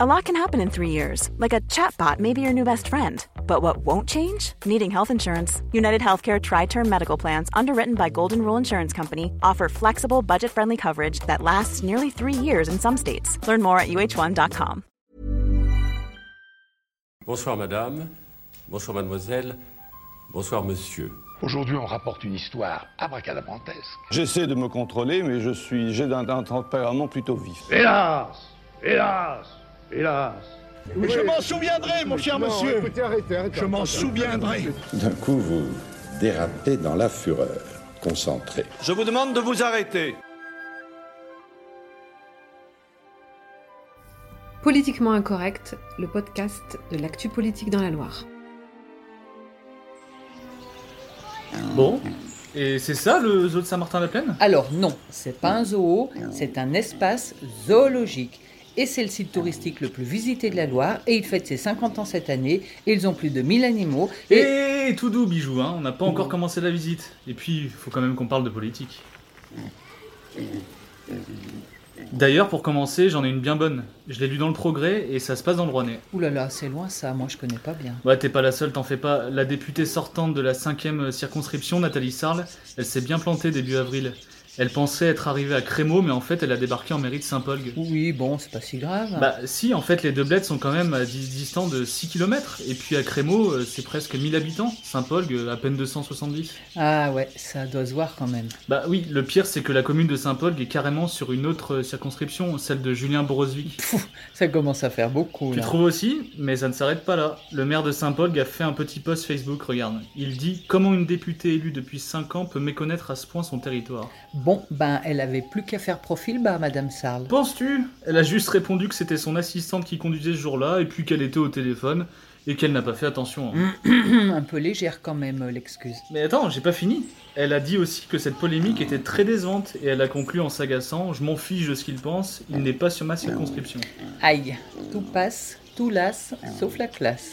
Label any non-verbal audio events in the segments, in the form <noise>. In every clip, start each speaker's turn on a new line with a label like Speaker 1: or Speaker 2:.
Speaker 1: A lot can happen in three years, like a chatbot may be your new best friend. But what won't change? Needing health insurance. United Healthcare Tri Term Medical Plans, underwritten by Golden Rule Insurance Company, offer flexible, budget friendly coverage that lasts nearly three years in some states. Learn more at uh1.com.
Speaker 2: Bonsoir madame, bonsoir mademoiselle, bonsoir monsieur.
Speaker 3: Aujourd'hui, on rapporte une histoire abracadabrantesque.
Speaker 4: J'essaie de me contrôler, mais je suis, j'ai un, un tempérament plutôt vif.
Speaker 5: Hélas Hélas Hélas
Speaker 6: Mais je m'en souviendrai, mon cher monsieur
Speaker 7: Écoutez, arrêtez, arrêtez.
Speaker 6: Je m'en souviendrai
Speaker 8: D'un coup, vous dérapez dans la fureur, concentré.
Speaker 4: Je vous demande de vous arrêter.
Speaker 9: Politiquement incorrect, le podcast de l'actu politique dans la Loire.
Speaker 10: Bon. Et c'est ça le zoo de Saint-Martin-la-Plaine
Speaker 11: Alors non, c'est pas un zoo, c'est un espace zoologique. Et c'est le site touristique le plus visité de la Loire, et il fête ses 50 ans cette année, et ils ont plus de 1000 animaux,
Speaker 10: Et
Speaker 11: et...
Speaker 10: tout doux, bijou, hein, on n'a pas encore commencé la visite. Et puis, il faut quand même qu'on parle de politique. D'ailleurs, pour commencer, j'en ai une bien bonne. Je l'ai lu dans le Progrès et ça se passe dans le Rouennais.
Speaker 11: Ouh là là, c'est loin ça, moi je connais pas bien.
Speaker 10: Ouais, t'es pas la seule, t'en fais pas. La députée sortante de la 5ème circonscription, Nathalie Sarles, elle s'est bien plantée début avril. Elle pensait être arrivée à Crémaud, mais en fait, elle a débarqué en mairie de Saint-Polgue.
Speaker 11: Oui, bon, c'est pas si grave.
Speaker 10: Bah si, en fait, les deux bleds sont quand même à dis- distants de 6 km. Et puis à Crémaud, euh, c'est presque 1000 habitants. Saint-Polgue, euh, à peine 270.
Speaker 11: Ah ouais, ça doit se voir quand même.
Speaker 10: Bah oui, le pire, c'est que la commune de Saint-Polgue est carrément sur une autre euh, circonscription, celle de Julien Borosvik.
Speaker 11: Ça commence à faire beaucoup
Speaker 10: Tu
Speaker 11: là.
Speaker 10: trouves aussi Mais ça ne s'arrête pas là. Le maire de Saint-Polgue a fait un petit post Facebook, regarde. Il dit « Comment une députée élue depuis 5 ans peut méconnaître à ce point son territoire
Speaker 11: Bon, ben elle avait plus qu'à faire profil bas, Madame Sarles. ?»
Speaker 10: Penses-tu Elle a juste répondu que c'était son assistante qui conduisait ce jour-là, et puis qu'elle était au téléphone, et qu'elle n'a pas fait attention. hein.
Speaker 11: <coughs> Un peu légère quand même euh, l'excuse.
Speaker 10: Mais attends, j'ai pas fini. Elle a dit aussi que cette polémique était très décevante et elle a conclu en s'agaçant Je m'en fiche de ce qu'il pense, il n'est pas sur ma circonscription.
Speaker 11: Aïe, tout passe, tout lasse, sauf la classe.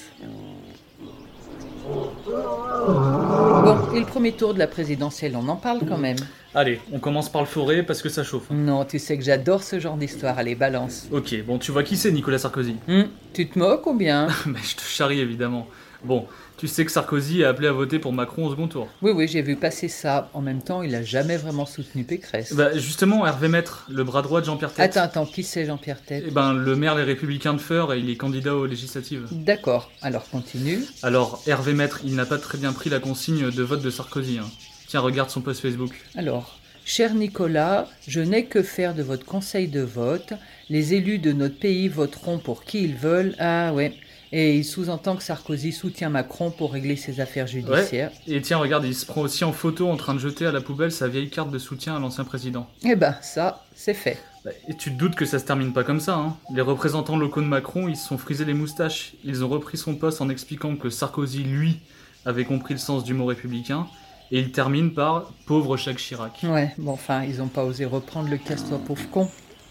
Speaker 11: Bon, et le premier tour de la présidentielle, on en parle quand même.
Speaker 10: Allez, on commence par le forêt parce que ça chauffe.
Speaker 11: Non, tu sais que j'adore ce genre d'histoire, allez, balance.
Speaker 10: Ok, bon, tu vois qui c'est Nicolas Sarkozy <laughs>
Speaker 11: Hum, tu te moques ou bien
Speaker 10: Mais je te charrie évidemment. Bon, tu sais que Sarkozy a appelé à voter pour Macron au second tour.
Speaker 11: Oui, oui, j'ai vu passer ça. En même temps, il a jamais vraiment soutenu Pécresse.
Speaker 10: Bah, justement, Hervé Maître, le bras droit de Jean-Pierre Tête.
Speaker 11: attends, attends, qui c'est Jean-Pierre Tête
Speaker 10: Eh ben, le maire des Républicains de Feur et il est candidat aux législatives.
Speaker 11: D'accord, alors continue.
Speaker 10: Alors, Hervé Maître, il n'a pas très bien pris la consigne de vote de Sarkozy. hein. Tiens, regarde son post Facebook.
Speaker 11: Alors, cher Nicolas, je n'ai que faire de votre conseil de vote. Les élus de notre pays voteront pour qui ils veulent. Ah ouais. Et il sous-entend que Sarkozy soutient Macron pour régler ses affaires judiciaires.
Speaker 10: Et tiens, regarde, il se prend aussi en photo en train de jeter à la poubelle sa vieille carte de soutien à l'ancien président.
Speaker 11: Eh ben, ça, c'est fait.
Speaker 10: Bah, Et tu te doutes que ça se termine pas comme ça, hein Les représentants locaux de Macron, ils se sont frisés les moustaches. Ils ont repris son poste en expliquant que Sarkozy, lui, avait compris le sens du mot républicain. Et il termine par « pauvre Jacques Chirac
Speaker 11: Ouais, bon, enfin, ils n'ont pas osé reprendre le casse-toi pauvre con.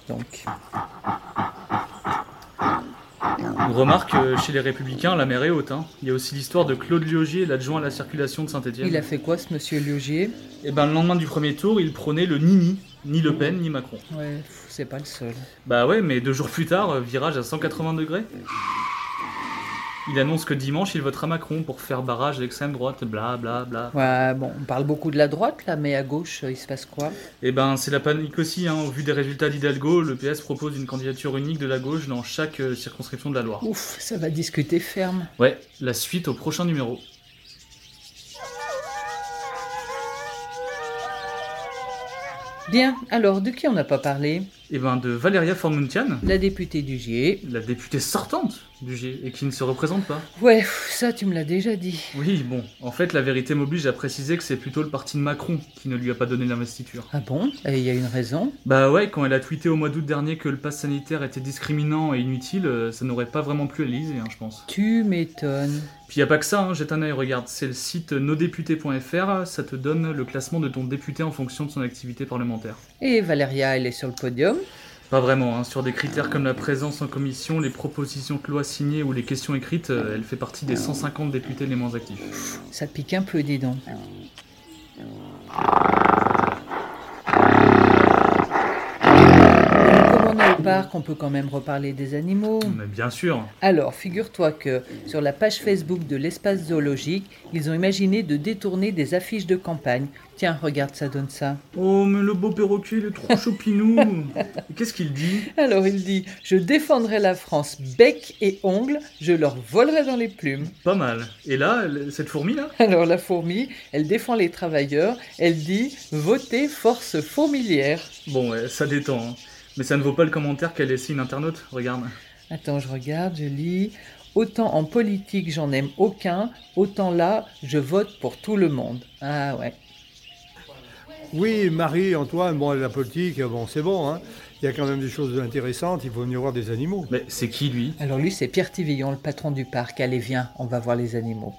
Speaker 11: Donc, ».
Speaker 10: On remarque, euh, chez les Républicains, la mer est haute, hein Il y a aussi l'histoire de Claude Liogier, l'adjoint à la circulation de Saint-Etienne.
Speaker 11: il a fait quoi, ce monsieur Liogier
Speaker 10: Et ben, le lendemain du premier tour, il prenait le ni-ni. Ni Le Pen, ni Macron.
Speaker 11: Ouais, pff, c'est pas le seul.
Speaker 10: Bah ouais, mais deux jours plus tard, euh, virage à 180 degrés. Il annonce que dimanche, il votera Macron pour faire barrage à l'extrême droite, bla bla bla.
Speaker 11: Ouais, bon, on parle beaucoup de la droite, là, mais à gauche, euh, il se passe quoi
Speaker 10: Et ben, c'est la panique aussi, hein. Au vu des résultats d'Hidalgo, le PS propose une candidature unique de la gauche dans chaque euh, circonscription de la Loire.
Speaker 11: Ouf, ça va discuter ferme.
Speaker 10: Ouais, la suite au prochain numéro.
Speaker 11: Bien, alors, de qui on n'a pas parlé
Speaker 10: Et ben, de Valeria Formuntian,
Speaker 11: La députée du E. GIE.
Speaker 10: la députée sortante du G, et qui ne se représente pas.
Speaker 11: Ouais, pff, ça tu me l'as déjà dit.
Speaker 10: Oui, bon, en fait, la vérité m'oblige à préciser que c'est plutôt le parti de Macron qui ne lui a pas donné l'investiture.
Speaker 11: Ah bon Et il y a une raison
Speaker 10: Bah ouais, quand elle a tweeté au mois d'août dernier que le pass sanitaire était discriminant et inutile, euh, ça n'aurait pas vraiment plu à l'Élysée, hein, je pense.
Speaker 11: Tu m'étonnes.
Speaker 10: Puis y a pas que ça, hein, jette un œil, regarde, c'est le site nosdéputés.fr, ça te donne le classement de ton député en fonction de son activité parlementaire.
Speaker 11: Et Valéria, elle est sur le podium.
Speaker 10: Pas vraiment, hein, sur des critères comme la présence en commission, les propositions de loi signées ou les questions écrites, euh, elle fait partie des 150 députés les moins actifs.
Speaker 11: Ça pique un peu, dis donc. Comme on a eu parc, on peut quand même reparler des animaux.
Speaker 10: Mais bien sûr.
Speaker 11: Alors, figure-toi que sur la page Facebook de l'espace zoologique, ils ont imaginé de détourner des affiches de campagne. Tiens, regarde, ça donne ça.
Speaker 10: Oh, mais le beau perroquet, il est trop choupinou. Qu'est-ce qu'il dit
Speaker 11: Alors il dit Je défendrai la France bec et ongle, je leur volerai dans les plumes. <laughs>
Speaker 10: Pas mal. Et là, elle- cette fourmi là
Speaker 11: Alors la fourmi, elle défend les travailleurs, elle dit Votez force fourmilière.
Speaker 10: Bon, ouais, ça détend. hein. Mais ça ne vaut pas le commentaire qu'a laissé une internaute. Regarde.
Speaker 11: Attends, je regarde, je lis. Autant en politique j'en aime aucun, autant là je vote pour tout le monde. Ah ouais.
Speaker 7: Oui, Marie, Antoine, bon, la politique, bon, c'est bon, hein. Il y a quand même des choses intéressantes, il faut venir voir des animaux.
Speaker 10: Mais c'est qui lui
Speaker 11: Alors lui c'est Pierre Tivillon, le patron du parc. Allez viens, on va voir les animaux.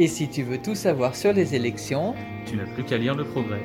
Speaker 11: Et si tu veux tout savoir sur les élections,
Speaker 10: Tu n'as plus qu'à lire le progrès.